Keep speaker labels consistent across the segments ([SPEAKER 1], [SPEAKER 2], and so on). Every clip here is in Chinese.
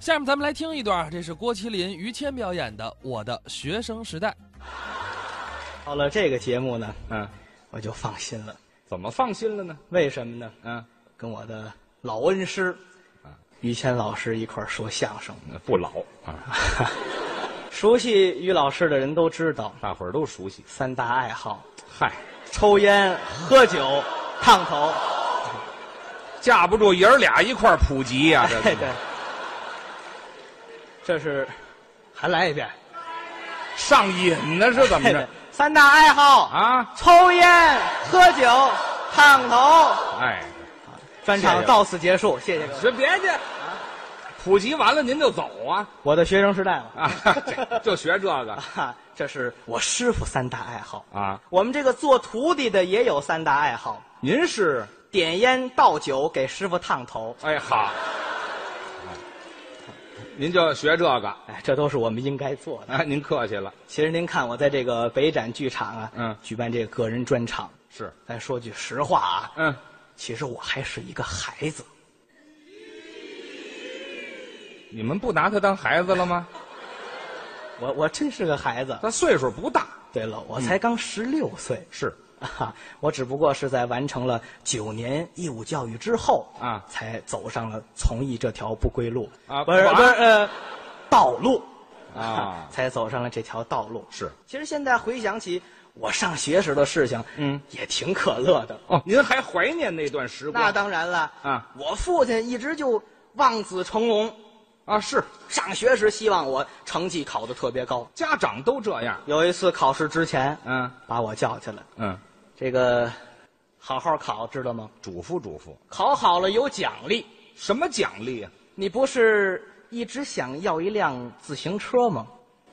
[SPEAKER 1] 下面咱们来听一段，这是郭麒麟、于谦表演的《我的学生时代》。
[SPEAKER 2] 到了这个节目呢，嗯，我就放心了。
[SPEAKER 3] 啊怎么放心了呢？
[SPEAKER 2] 为什么呢？
[SPEAKER 3] 啊，
[SPEAKER 2] 跟我的老恩师，于谦老师一块儿说相声。
[SPEAKER 3] 不老啊，
[SPEAKER 2] 熟悉于老师的人都知道，
[SPEAKER 3] 大伙儿都熟悉。
[SPEAKER 2] 三大爱好：
[SPEAKER 3] 嗨，
[SPEAKER 2] 抽烟、喝酒、烫头。
[SPEAKER 3] 架不住爷儿俩一块儿普 及呀、这
[SPEAKER 2] 哎，对，这是，还来一遍。
[SPEAKER 3] 上瘾呢是怎么
[SPEAKER 2] 哎，对
[SPEAKER 3] 着？
[SPEAKER 2] 三大爱好啊
[SPEAKER 3] 啊？
[SPEAKER 2] 抽烟、喝酒、烫头。
[SPEAKER 3] 哎，
[SPEAKER 2] 专
[SPEAKER 3] 谢
[SPEAKER 2] 场
[SPEAKER 3] 谢
[SPEAKER 2] 到此结束，谢谢各位。
[SPEAKER 3] 这别介，啊普及完了您就走啊
[SPEAKER 2] 我的学生时代了
[SPEAKER 3] 啊！ 这就学这个
[SPEAKER 2] 啊，这是我师傅三大爱好。
[SPEAKER 3] 啊！
[SPEAKER 2] 我们这个做徒弟的也有三大爱好：
[SPEAKER 3] 您是
[SPEAKER 2] 点烟、倒酒、给师傅烫头。
[SPEAKER 3] 哎好，哎您就学这个
[SPEAKER 2] 哎，这都是我们应该做的。
[SPEAKER 3] 啊？您客气了，
[SPEAKER 2] 其实您看，我在这个北展剧场啊，
[SPEAKER 3] 嗯
[SPEAKER 2] 举办这个个人专场。
[SPEAKER 3] 是
[SPEAKER 2] 咱说句实话啊，
[SPEAKER 3] 嗯，
[SPEAKER 2] 其实我还是一个孩子。
[SPEAKER 3] 你们不拿他当孩子了吗？
[SPEAKER 2] 我我真是个孩子。
[SPEAKER 3] 他岁数不大，
[SPEAKER 2] 对了，我才刚十六岁。
[SPEAKER 3] 嗯是
[SPEAKER 2] 啊，我只不过是在完成了九年义务教育之后
[SPEAKER 3] 啊
[SPEAKER 2] 才走上了从艺这条不归路
[SPEAKER 3] 啊
[SPEAKER 2] 不是
[SPEAKER 3] 不
[SPEAKER 2] 不是呃，道路
[SPEAKER 3] 啊
[SPEAKER 2] 才走上了这条道路。
[SPEAKER 3] 是
[SPEAKER 2] 其实现在回想起我上学时的事情，
[SPEAKER 3] 嗯，
[SPEAKER 2] 也挺可乐的。
[SPEAKER 3] 哦，您还怀念那段时光？
[SPEAKER 2] 那当然了
[SPEAKER 3] 啊，
[SPEAKER 2] 我父亲一直就望子成龙，
[SPEAKER 3] 啊，是
[SPEAKER 2] 上学时希望我成绩考得特别高。
[SPEAKER 3] 家长都这样，
[SPEAKER 2] 有一次考试之前，
[SPEAKER 3] 嗯
[SPEAKER 2] 把我叫去了，
[SPEAKER 3] 嗯，
[SPEAKER 2] 这个好好考，知道吗？
[SPEAKER 3] 嘱咐嘱咐，
[SPEAKER 2] 考好了有奖励。
[SPEAKER 3] 什么奖励啊？
[SPEAKER 2] 你不是一直想要一辆自行车吗？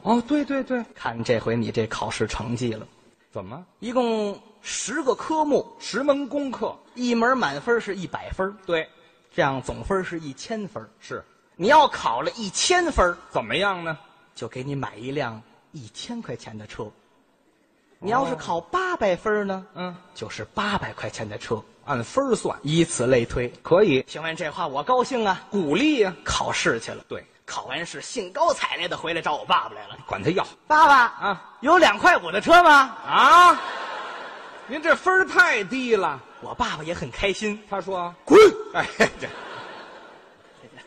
[SPEAKER 3] 哦，对对对，
[SPEAKER 2] 看这回你这考试成绩了，
[SPEAKER 3] 怎么
[SPEAKER 2] 一共十个科目，
[SPEAKER 3] 十门功课？
[SPEAKER 2] 一门满分是一百分，
[SPEAKER 3] 对，
[SPEAKER 2] 这样总分是一千分。
[SPEAKER 3] 是
[SPEAKER 2] 你要考了一千分，
[SPEAKER 3] 怎么样呢？
[SPEAKER 2] 就给你买一辆一千块钱的车。你要是考八百分呢，
[SPEAKER 3] 嗯，
[SPEAKER 2] 就是八百块钱的车，
[SPEAKER 3] 按分儿算，
[SPEAKER 2] 以此类推。
[SPEAKER 3] 可以
[SPEAKER 2] 听完这话，我高兴啊，
[SPEAKER 3] 鼓励呀、
[SPEAKER 2] 考试去了。
[SPEAKER 3] 对，
[SPEAKER 2] 考完试兴高采烈的回来找我爸爸来了。
[SPEAKER 3] 管他要
[SPEAKER 2] 爸爸
[SPEAKER 3] 啊，
[SPEAKER 2] 有两块五的车吗？
[SPEAKER 3] 啊！您这分儿太低了。
[SPEAKER 2] 我爸爸也很开心，
[SPEAKER 3] 他说
[SPEAKER 2] 滚！：“
[SPEAKER 3] 哎，这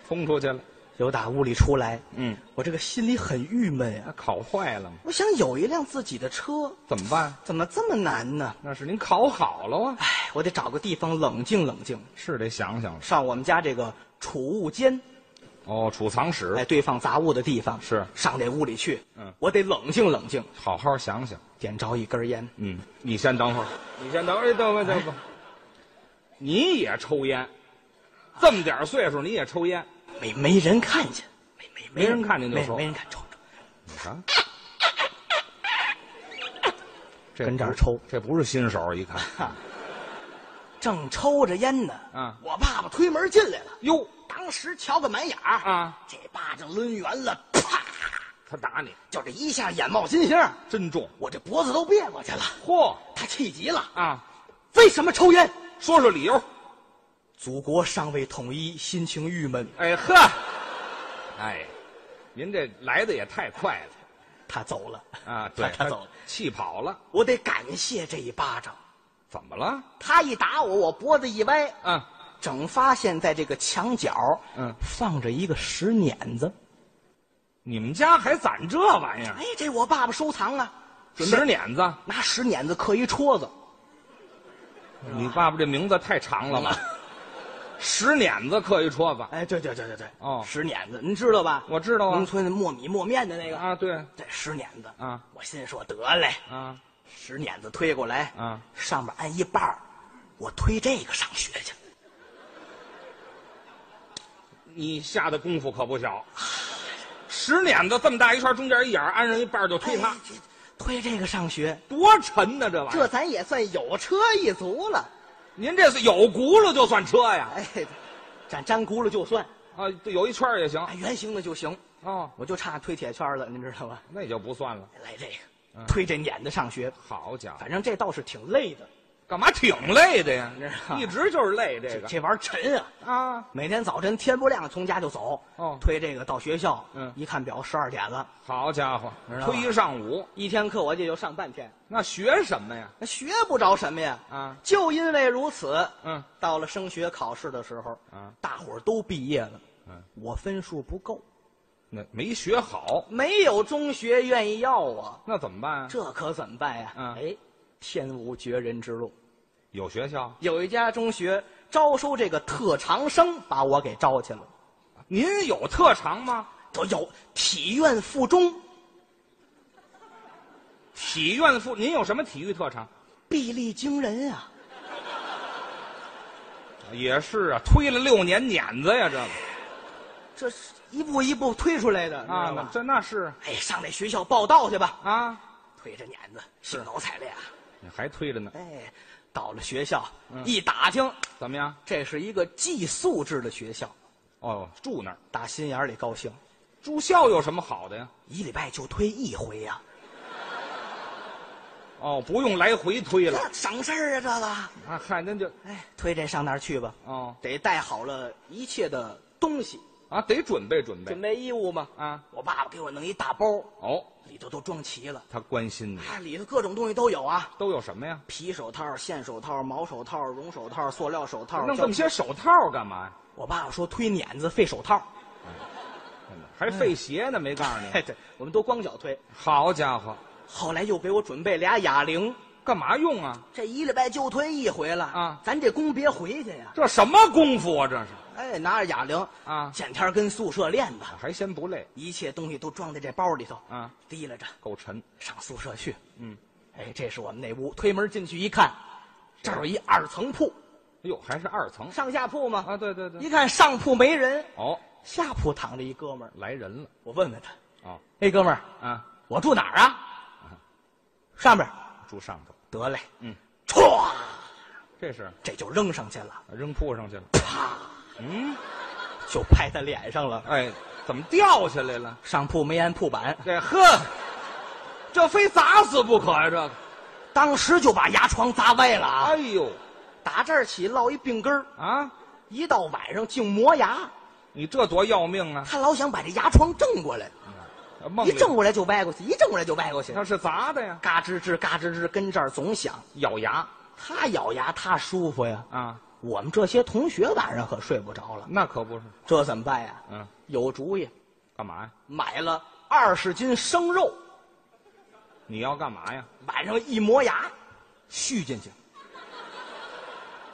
[SPEAKER 3] 冲出去了。
[SPEAKER 2] 由打屋里出来，
[SPEAKER 3] 嗯，
[SPEAKER 2] 我这个心里很郁闷呀、
[SPEAKER 3] 那考坏了吗？
[SPEAKER 2] 我想有一辆自己的车，
[SPEAKER 3] 怎么办？
[SPEAKER 2] 怎么这么难呢？
[SPEAKER 3] 那是您考好了啊，
[SPEAKER 2] 哎，我得找个地方冷静冷静。
[SPEAKER 3] 是得想想了。
[SPEAKER 2] 上我们家这个储物间，
[SPEAKER 3] 哦，储藏
[SPEAKER 2] 哎，
[SPEAKER 3] 室，
[SPEAKER 2] 堆放杂物的地方
[SPEAKER 3] 是
[SPEAKER 2] 上这屋里去。
[SPEAKER 3] 嗯
[SPEAKER 2] 我得冷静冷静，
[SPEAKER 3] 好好想想。
[SPEAKER 2] 点着一根烟。
[SPEAKER 3] 嗯，你先等会儿，你先等会儿，等会儿，等会儿。你也抽烟，这么点儿岁数你也抽烟？
[SPEAKER 2] 没没人看见，没没
[SPEAKER 3] 没人看见就
[SPEAKER 2] 没
[SPEAKER 3] 说
[SPEAKER 2] 没人看抽抽，
[SPEAKER 3] 你看，这
[SPEAKER 2] 跟这儿
[SPEAKER 3] 不
[SPEAKER 2] 抽
[SPEAKER 3] 这不是新手，一 看，
[SPEAKER 2] 正抽着烟呢。
[SPEAKER 3] 嗯
[SPEAKER 2] 我爸爸推门进来了，
[SPEAKER 3] 哟
[SPEAKER 2] 当时瞧个满眼儿
[SPEAKER 3] 啊，
[SPEAKER 2] 这巴掌抡圆了，啪，
[SPEAKER 3] 他打你
[SPEAKER 2] 就这一下眼冒金星儿，
[SPEAKER 3] 真重，
[SPEAKER 2] 我这脖子都别过去了。
[SPEAKER 3] 嚯
[SPEAKER 2] 他气急了，
[SPEAKER 3] 啊！
[SPEAKER 2] 为什么抽烟？
[SPEAKER 3] 说说理由。
[SPEAKER 2] 祖国尚未统一，心情郁闷。
[SPEAKER 3] 哎呵，哎，您这来的也太快了
[SPEAKER 2] 他走了，
[SPEAKER 3] 啊！对，
[SPEAKER 2] 他他走了，
[SPEAKER 3] 气跑了，
[SPEAKER 2] 我得感谢这一巴掌。
[SPEAKER 3] 怎么了？
[SPEAKER 2] 他一打我，我脖子一歪，
[SPEAKER 3] 啊，
[SPEAKER 2] 整发现在这个墙角，
[SPEAKER 3] 嗯
[SPEAKER 2] 放着一个石碾子。
[SPEAKER 3] 你们家还攒这玩意儿？
[SPEAKER 2] 哎，这我爸爸收藏啊，准备
[SPEAKER 3] 石碾子，
[SPEAKER 2] 拿石碾子刻一戳子。
[SPEAKER 3] 你爸爸这名字太长 了吧？石碾子刻一戳子
[SPEAKER 2] 哎，对对对对对，
[SPEAKER 3] 哦
[SPEAKER 2] 石碾子，您知道吧？
[SPEAKER 3] 我知道啊
[SPEAKER 2] 农村的磨米磨面的那个，
[SPEAKER 3] 啊，对
[SPEAKER 2] 对，石碾子
[SPEAKER 3] 啊。
[SPEAKER 2] 我心说得嘞，
[SPEAKER 3] 啊，
[SPEAKER 2] 石碾子推过来，
[SPEAKER 3] 啊，
[SPEAKER 2] 上面按一半儿我推这个上学去。
[SPEAKER 3] 你下的功夫可不小。石碾子这么大一圈，中间一眼儿安上一半儿就推它，
[SPEAKER 2] 哎，这推这个上学，
[SPEAKER 3] 多沉哦呢！这玩意
[SPEAKER 2] 这
[SPEAKER 3] 儿，
[SPEAKER 2] 咱也算有车一族了。
[SPEAKER 3] 您这是有轱辘就算车呀？
[SPEAKER 2] 哎，咱粘轱辘就算，
[SPEAKER 3] 啊，对有一圈儿也行。
[SPEAKER 2] 按圆形的就行。
[SPEAKER 3] 哦，
[SPEAKER 2] 我就差推铁圈了，您知道吧？
[SPEAKER 3] 那也就不算了。嗯
[SPEAKER 2] 来这个，推这碾子上学，
[SPEAKER 3] 好家伙
[SPEAKER 2] 反，正这倒是挺累的。
[SPEAKER 3] 干嘛挺累的呀？
[SPEAKER 2] 是啊
[SPEAKER 3] 一直就是累这
[SPEAKER 2] 这
[SPEAKER 3] 个
[SPEAKER 2] 这玩意儿沉啊！
[SPEAKER 3] 啊，
[SPEAKER 2] 每天早晨天不亮从家就走，
[SPEAKER 3] 哦
[SPEAKER 2] 推这个到学校，
[SPEAKER 3] 嗯
[SPEAKER 2] 一看表十二点了，
[SPEAKER 3] 好家伙
[SPEAKER 2] 知，道吧
[SPEAKER 3] 推一上午，
[SPEAKER 2] 一天课我也就上半天，
[SPEAKER 3] 那学什么呀？
[SPEAKER 2] 那学不着什么呀。
[SPEAKER 3] 啊，
[SPEAKER 2] 就因为如此，
[SPEAKER 3] 嗯
[SPEAKER 2] 到了升学考试的时候，
[SPEAKER 3] 啊，
[SPEAKER 2] 大伙儿都毕业了，
[SPEAKER 3] 嗯，
[SPEAKER 2] 我分数不够，
[SPEAKER 3] 那没学好，
[SPEAKER 2] 没有中学愿意要我，
[SPEAKER 3] 那怎么办啊？
[SPEAKER 2] 这可怎么办呀？
[SPEAKER 3] 嗯
[SPEAKER 2] 哎，天无绝人之路，
[SPEAKER 3] 有学校？啊
[SPEAKER 2] 有一家中学招收这个特长生，把我给招去了。
[SPEAKER 3] 您有特长吗？
[SPEAKER 2] 都有体院附中
[SPEAKER 3] 体院附，您有什么体育特长？
[SPEAKER 2] 臂力惊人啊！
[SPEAKER 3] 也是啊，推了六年碾子呀，这个
[SPEAKER 2] 这是一步一步推出来的，你知
[SPEAKER 3] 啊
[SPEAKER 2] 道，吗？
[SPEAKER 3] 这那是
[SPEAKER 2] 哎，上那学校报道去吧，
[SPEAKER 3] 啊，
[SPEAKER 2] 推着碾子，兴高采烈啊！
[SPEAKER 3] 还推着呢，
[SPEAKER 2] 哎，到了学校、
[SPEAKER 3] 嗯
[SPEAKER 2] 一打听，
[SPEAKER 3] 怎么样？
[SPEAKER 2] 这是一个寄宿制的学校，
[SPEAKER 3] 哦，住那儿，
[SPEAKER 2] 打心眼儿里高兴，
[SPEAKER 3] 住校有什么好的呀？
[SPEAKER 2] 一礼拜就推一回啊呀、
[SPEAKER 3] 哦，不用来回推了，
[SPEAKER 2] 这省事儿啊，
[SPEAKER 3] 啊，嗨，那就
[SPEAKER 2] 这个，哎，推这上那儿去吧，
[SPEAKER 3] 哦
[SPEAKER 2] 得带好了一切的东西，
[SPEAKER 3] 啊，得准备准备
[SPEAKER 2] 准备义务嘛。
[SPEAKER 3] 啊。
[SPEAKER 2] 我爸爸给我弄一大包，
[SPEAKER 3] 哦，
[SPEAKER 2] 里头都装齐了，
[SPEAKER 3] 他关心你，
[SPEAKER 2] 啊，里头各种东西都有啊。
[SPEAKER 3] 都有什么呀？
[SPEAKER 2] 皮手套、线手套、毛手套、绒手套、塑料手套。
[SPEAKER 3] 弄这么些手套干嘛呀？
[SPEAKER 2] 我爸爸说推碾子费手套，
[SPEAKER 3] 还费鞋呢，没告诉
[SPEAKER 2] 嘿
[SPEAKER 3] 你。
[SPEAKER 2] 对，我们都光脚推。
[SPEAKER 3] 哎好家伙，
[SPEAKER 2] 后来又给我准备俩哑铃，
[SPEAKER 3] 干嘛用啊？
[SPEAKER 2] 这一礼拜就推一回了
[SPEAKER 3] 啊
[SPEAKER 2] 咱这工别回去呀。
[SPEAKER 3] 这什么功夫啊？这是
[SPEAKER 2] 哎，拿着哑铃
[SPEAKER 3] 啊
[SPEAKER 2] 见天儿跟宿舍练吧，
[SPEAKER 3] 还嫌不累
[SPEAKER 2] 一切东西都装在这包里头
[SPEAKER 3] 啊？
[SPEAKER 2] 提拉着
[SPEAKER 3] 够沉。
[SPEAKER 2] 上宿舍去。
[SPEAKER 3] 嗯，
[SPEAKER 2] 哎，这是我们那屋，推门进去一看，这儿有一二层铺，
[SPEAKER 3] 哎呦，还是二层
[SPEAKER 2] 上下铺嘛。
[SPEAKER 3] 啊？对对对。
[SPEAKER 2] 一看上铺没人，
[SPEAKER 3] 哦，
[SPEAKER 2] 下铺躺着一哥们儿，
[SPEAKER 3] 来人了
[SPEAKER 2] 我问问他。
[SPEAKER 3] 哦
[SPEAKER 2] 哎，哥们儿，
[SPEAKER 3] 啊，
[SPEAKER 2] 我住哪儿啊？上边儿，
[SPEAKER 3] 住上头，
[SPEAKER 2] 得嘞，
[SPEAKER 3] 嗯，
[SPEAKER 2] 歘，
[SPEAKER 3] 这是
[SPEAKER 2] 这就扔上去了，
[SPEAKER 3] 扔铺上去了。嗯，
[SPEAKER 2] 就拍他脸上了。
[SPEAKER 3] 哎，怎么掉下来了？
[SPEAKER 2] 上铺没安铺板，
[SPEAKER 3] 这呵，这非砸死不可呀、这个，
[SPEAKER 2] 当时就把牙床砸歪了啊！
[SPEAKER 3] 哎呦
[SPEAKER 2] 打这儿起落一病根儿，
[SPEAKER 3] 啊！
[SPEAKER 2] 一到晚上净磨牙，
[SPEAKER 3] 你这多要命啊！
[SPEAKER 2] 他老想把这牙床正过来，
[SPEAKER 3] 梦
[SPEAKER 2] 一
[SPEAKER 3] 里
[SPEAKER 2] 正过来就歪过去，一正过来就歪过去，
[SPEAKER 3] 它是砸的呀，
[SPEAKER 2] 嘎吱吱嘎吱吱跟这儿总响。
[SPEAKER 3] 咬牙
[SPEAKER 2] 他咬牙，他舒服呀。
[SPEAKER 3] 啊，
[SPEAKER 2] 我们这些同学晚上可睡不着了，
[SPEAKER 3] 那可不是。
[SPEAKER 2] 这怎么办呀？
[SPEAKER 3] 嗯，
[SPEAKER 2] 有主意，
[SPEAKER 3] 干嘛呀？
[SPEAKER 2] 买了二十斤生肉，
[SPEAKER 3] 你要干嘛呀？
[SPEAKER 2] 晚上一磨牙，续进去，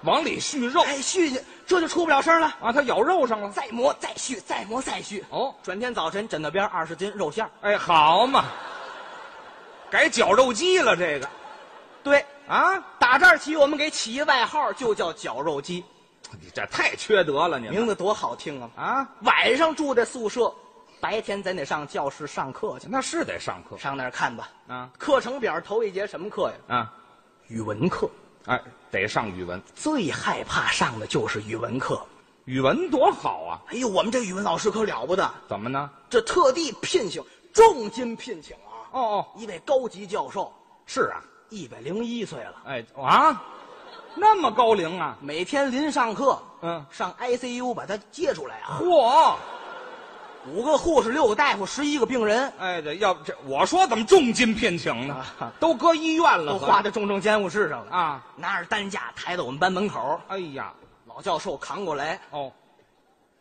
[SPEAKER 3] 往里续肉
[SPEAKER 2] 哎，续进去，这就出不了声了。
[SPEAKER 3] 啊，它咬肉上了。
[SPEAKER 2] 再磨，再续，再磨，再续。
[SPEAKER 3] 哦，
[SPEAKER 2] 转天早晨，枕头边二十斤肉馅儿，
[SPEAKER 3] 哎，好嘛，改绞肉机了这个
[SPEAKER 2] 对，
[SPEAKER 3] 啊！
[SPEAKER 2] 打这儿起，我们给起一外号，就叫绞肉机，
[SPEAKER 3] 你这太缺德了，你们
[SPEAKER 2] 名字多好听啊！
[SPEAKER 3] 啊，
[SPEAKER 2] 晚上住在宿舍，白天咱得上教室上课去，
[SPEAKER 3] 那是得上课
[SPEAKER 2] 上那儿看吧。
[SPEAKER 3] 啊
[SPEAKER 2] 课程表头一节什么课呀？
[SPEAKER 3] 啊，
[SPEAKER 2] 语文课，
[SPEAKER 3] 哎，得上语文，
[SPEAKER 2] 最害怕上的就是语文课。
[SPEAKER 3] 语文多好啊！
[SPEAKER 2] 哎呦，我们这语文老师可了不得，
[SPEAKER 3] 怎么呢？
[SPEAKER 2] 这特地聘请，重金聘请啊！
[SPEAKER 3] 哦哦，
[SPEAKER 2] 一位高级教授，
[SPEAKER 3] 是啊，
[SPEAKER 2] 一百零一岁了，
[SPEAKER 3] 哎啊，那么高龄啊，
[SPEAKER 2] 每天临上课，
[SPEAKER 3] 嗯
[SPEAKER 2] 上 ICU 把他接出来啊，
[SPEAKER 3] 嚯！
[SPEAKER 2] 五个护士，六个大夫，十一个病人，
[SPEAKER 3] 哎，这要这我说怎么重金聘请呢？
[SPEAKER 2] 啊
[SPEAKER 3] 都搁医院了，
[SPEAKER 2] 都花在重症监护室上了
[SPEAKER 3] 啊！
[SPEAKER 2] 拿着担架抬到我们班门口，
[SPEAKER 3] 哎呀，
[SPEAKER 2] 老教授扛过来，
[SPEAKER 3] 哦，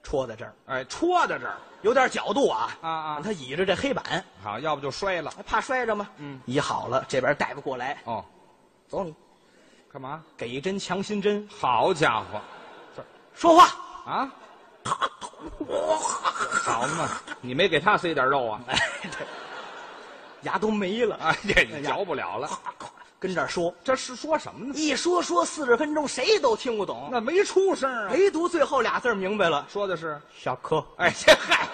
[SPEAKER 2] 戳在这儿，
[SPEAKER 3] 哎，戳在这儿，
[SPEAKER 2] 有点角度啊
[SPEAKER 3] 啊啊
[SPEAKER 2] 让他倚着这黑板，
[SPEAKER 3] 好，要不就摔了。
[SPEAKER 2] 怕摔着吗？
[SPEAKER 3] 嗯，
[SPEAKER 2] 倚好了，这边大夫过来，
[SPEAKER 3] 哦，
[SPEAKER 2] 走你，
[SPEAKER 3] 干嘛？
[SPEAKER 2] 给一针强心针，
[SPEAKER 3] 好家伙，
[SPEAKER 2] 说话，
[SPEAKER 3] 啊！好嘛，你没给他塞点肉 啊？
[SPEAKER 2] 哎，对，牙都没了，啊
[SPEAKER 3] 哎呀，你嚼不了了。
[SPEAKER 2] 跟这儿说，
[SPEAKER 3] 这是说什么呢？
[SPEAKER 2] 一说说四十分钟，谁都听不懂，
[SPEAKER 3] 那没出声啊。
[SPEAKER 2] 唯独最后俩字儿明白了，
[SPEAKER 3] 说的是，
[SPEAKER 2] 小柯，
[SPEAKER 3] 哎，这嗨，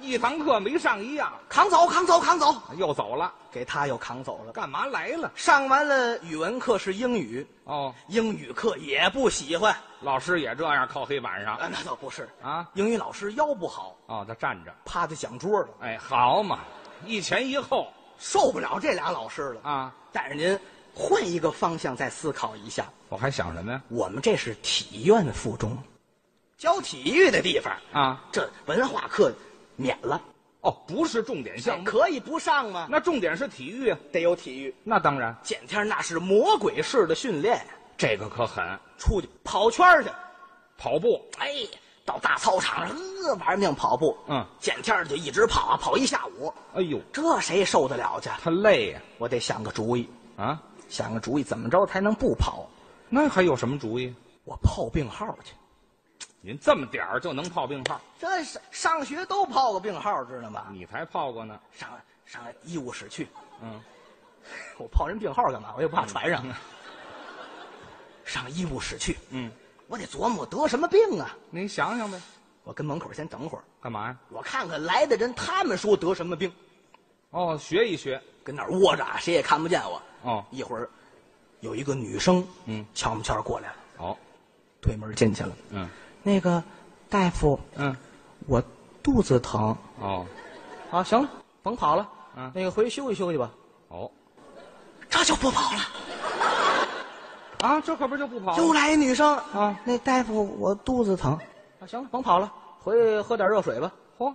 [SPEAKER 3] 一堂课没上一样，
[SPEAKER 2] 扛走，扛走，扛走，
[SPEAKER 3] 又走了，
[SPEAKER 2] 给他又扛走了。
[SPEAKER 3] 干嘛来了？
[SPEAKER 2] 上完了语文课是英语，
[SPEAKER 3] 哦，
[SPEAKER 2] 英语课也不喜欢，
[SPEAKER 3] 老师也这样靠黑板上
[SPEAKER 2] 啊，那倒不是，
[SPEAKER 3] 啊？
[SPEAKER 2] 英语老师腰不好，
[SPEAKER 3] 哦，他站着。
[SPEAKER 2] 趴在讲桌了，
[SPEAKER 3] 哎，好嘛，一前一后
[SPEAKER 2] 受不了这俩老师了。
[SPEAKER 3] 啊！
[SPEAKER 2] 带着您换一个方向再思考一下。
[SPEAKER 3] 我还想什么呀？
[SPEAKER 2] 我们这是体院附中，教体育的地方，
[SPEAKER 3] 啊，
[SPEAKER 2] 这文化课免了，哎
[SPEAKER 3] 哦，不是重点项目，
[SPEAKER 2] 可以不上吗？
[SPEAKER 3] 那重点是体育啊。
[SPEAKER 2] 得有体育。
[SPEAKER 3] 那当然，
[SPEAKER 2] 见天儿那是魔鬼式的训练，
[SPEAKER 3] 这个可狠，
[SPEAKER 2] 出去跑圈儿去，
[SPEAKER 3] 跑步
[SPEAKER 2] 哎，到大操场上呃玩命跑步，
[SPEAKER 3] 嗯
[SPEAKER 2] 见天儿就一直跑啊，跑一下午，
[SPEAKER 3] 哎呦，
[SPEAKER 2] 这谁受得了去？
[SPEAKER 3] 他累呀、
[SPEAKER 2] 我得想个主意，
[SPEAKER 3] 啊！
[SPEAKER 2] 想个主意，怎么着才能不跑？
[SPEAKER 3] 那还有什么主意？
[SPEAKER 2] 我泡病号去。
[SPEAKER 3] 您这么点儿就能泡病号，
[SPEAKER 2] 这是上学都泡过病号，知道吗？
[SPEAKER 3] 你才泡过呢。
[SPEAKER 2] 上上医务室去，
[SPEAKER 3] 嗯，
[SPEAKER 2] 我泡人病号干嘛？我又不怕传上。上医务室去，
[SPEAKER 3] 嗯，
[SPEAKER 2] 我得琢磨得什么病啊？
[SPEAKER 3] 您想想呗，
[SPEAKER 2] 我跟门口先等会儿，
[SPEAKER 3] 干嘛呀？
[SPEAKER 2] 我看看来的人，他们说得什么病，
[SPEAKER 3] 哦，学一学。
[SPEAKER 2] 跟那儿窝着啊，谁也看不见我。
[SPEAKER 3] 哦
[SPEAKER 2] 一会儿有一个女生，
[SPEAKER 3] 嗯，
[SPEAKER 2] 悄门悄过来了，
[SPEAKER 3] 好，
[SPEAKER 2] 推门进去了。
[SPEAKER 3] 嗯
[SPEAKER 2] 那个大夫，
[SPEAKER 3] 嗯，
[SPEAKER 2] 我肚子疼。
[SPEAKER 3] 哦
[SPEAKER 2] 啊，行了，甭跑了，
[SPEAKER 3] 嗯
[SPEAKER 2] 那个回去休息休息吧。
[SPEAKER 3] 哦，
[SPEAKER 2] 这就不跑了。
[SPEAKER 3] 啊，这可不就不跑
[SPEAKER 2] 又来一女生
[SPEAKER 3] 啊
[SPEAKER 2] 那大夫，我肚子疼。啊，行了，甭跑了，回去喝点热水吧。
[SPEAKER 3] 嚯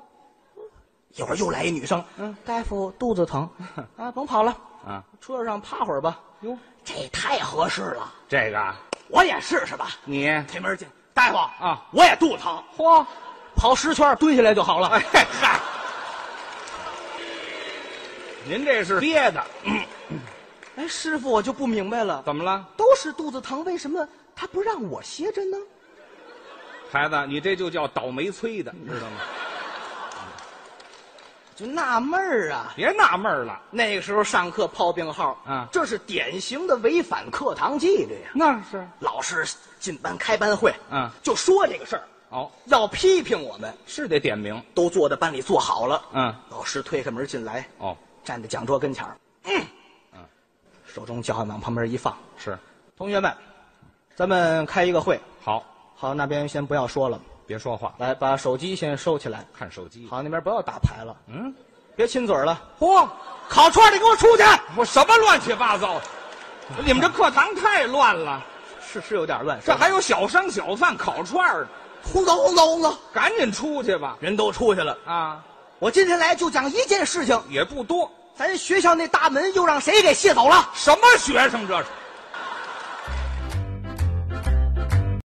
[SPEAKER 2] 一会儿又来一女生，
[SPEAKER 3] 嗯，
[SPEAKER 2] 大夫肚子疼， 啊，甭跑了，
[SPEAKER 3] 啊
[SPEAKER 2] 车上趴会儿吧。
[SPEAKER 3] 哟，
[SPEAKER 2] 这太合适了，
[SPEAKER 3] 这个啊
[SPEAKER 2] 我也试试吧。
[SPEAKER 3] 你
[SPEAKER 2] 推门进，大夫
[SPEAKER 3] 啊
[SPEAKER 2] 我也肚子疼，
[SPEAKER 3] 嚯，
[SPEAKER 2] 跑十圈蹲下来就好了。
[SPEAKER 3] 哎嗨，您这是憋的，
[SPEAKER 2] 哎，师傅，我就不明白了，
[SPEAKER 3] 怎么了，
[SPEAKER 2] 都是肚子疼，为什么他不让我歇着呢？
[SPEAKER 3] 孩子？你这就叫倒霉催的，知道吗？
[SPEAKER 2] 就纳闷儿啊。
[SPEAKER 3] 别纳闷儿了，
[SPEAKER 2] 那个时候上课泡病号
[SPEAKER 3] 啊
[SPEAKER 2] 这是典型的违反课堂纪律呀。
[SPEAKER 3] 那是
[SPEAKER 2] 老师进班开班会，
[SPEAKER 3] 嗯
[SPEAKER 2] 就说这个事儿，
[SPEAKER 3] 哦，
[SPEAKER 2] 要批评我们，
[SPEAKER 3] 是得点名，
[SPEAKER 2] 都坐在班里坐好了，
[SPEAKER 3] 嗯，
[SPEAKER 2] 老师推开门进来，
[SPEAKER 3] 哦，
[SPEAKER 2] 站在讲桌跟前儿，嗯
[SPEAKER 3] 嗯，
[SPEAKER 2] 手中教案往旁边一放，
[SPEAKER 3] 是
[SPEAKER 2] 同学们，咱们开一个会，
[SPEAKER 3] 好，
[SPEAKER 2] 好，那边先不要说了，
[SPEAKER 3] 别说话，
[SPEAKER 2] 来把手机先收起来，
[SPEAKER 3] 看手机。
[SPEAKER 2] 好，那边不要打牌了，
[SPEAKER 3] 嗯，
[SPEAKER 2] 别亲嘴儿了，
[SPEAKER 3] 嚯，
[SPEAKER 2] 烤串儿的给我出去，
[SPEAKER 3] 我什么乱七八糟的？你们这课堂太乱了，
[SPEAKER 2] 是是有点乱，
[SPEAKER 3] 这还有小商小贩烤串儿呢，
[SPEAKER 2] 轰走轰走轰走，
[SPEAKER 3] 赶紧出去吧！
[SPEAKER 2] 人都出去了，
[SPEAKER 3] 啊，
[SPEAKER 2] 我今天来就讲一件事情，
[SPEAKER 3] 也不多，
[SPEAKER 2] 咱学校那大门又让谁给卸走了？
[SPEAKER 3] 什么学生这是？